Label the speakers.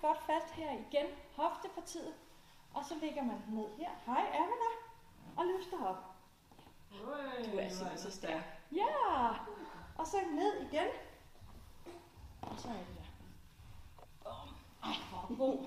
Speaker 1: Godt fast her igen, hoftepartiet. Og så lægger man den ned her. Hej, ærmerne. Og løfter op.
Speaker 2: Du er simpelthen så stærk.
Speaker 1: Ja. Og så ned igen. Og så er det der. Bum. Ej, hvor er du god.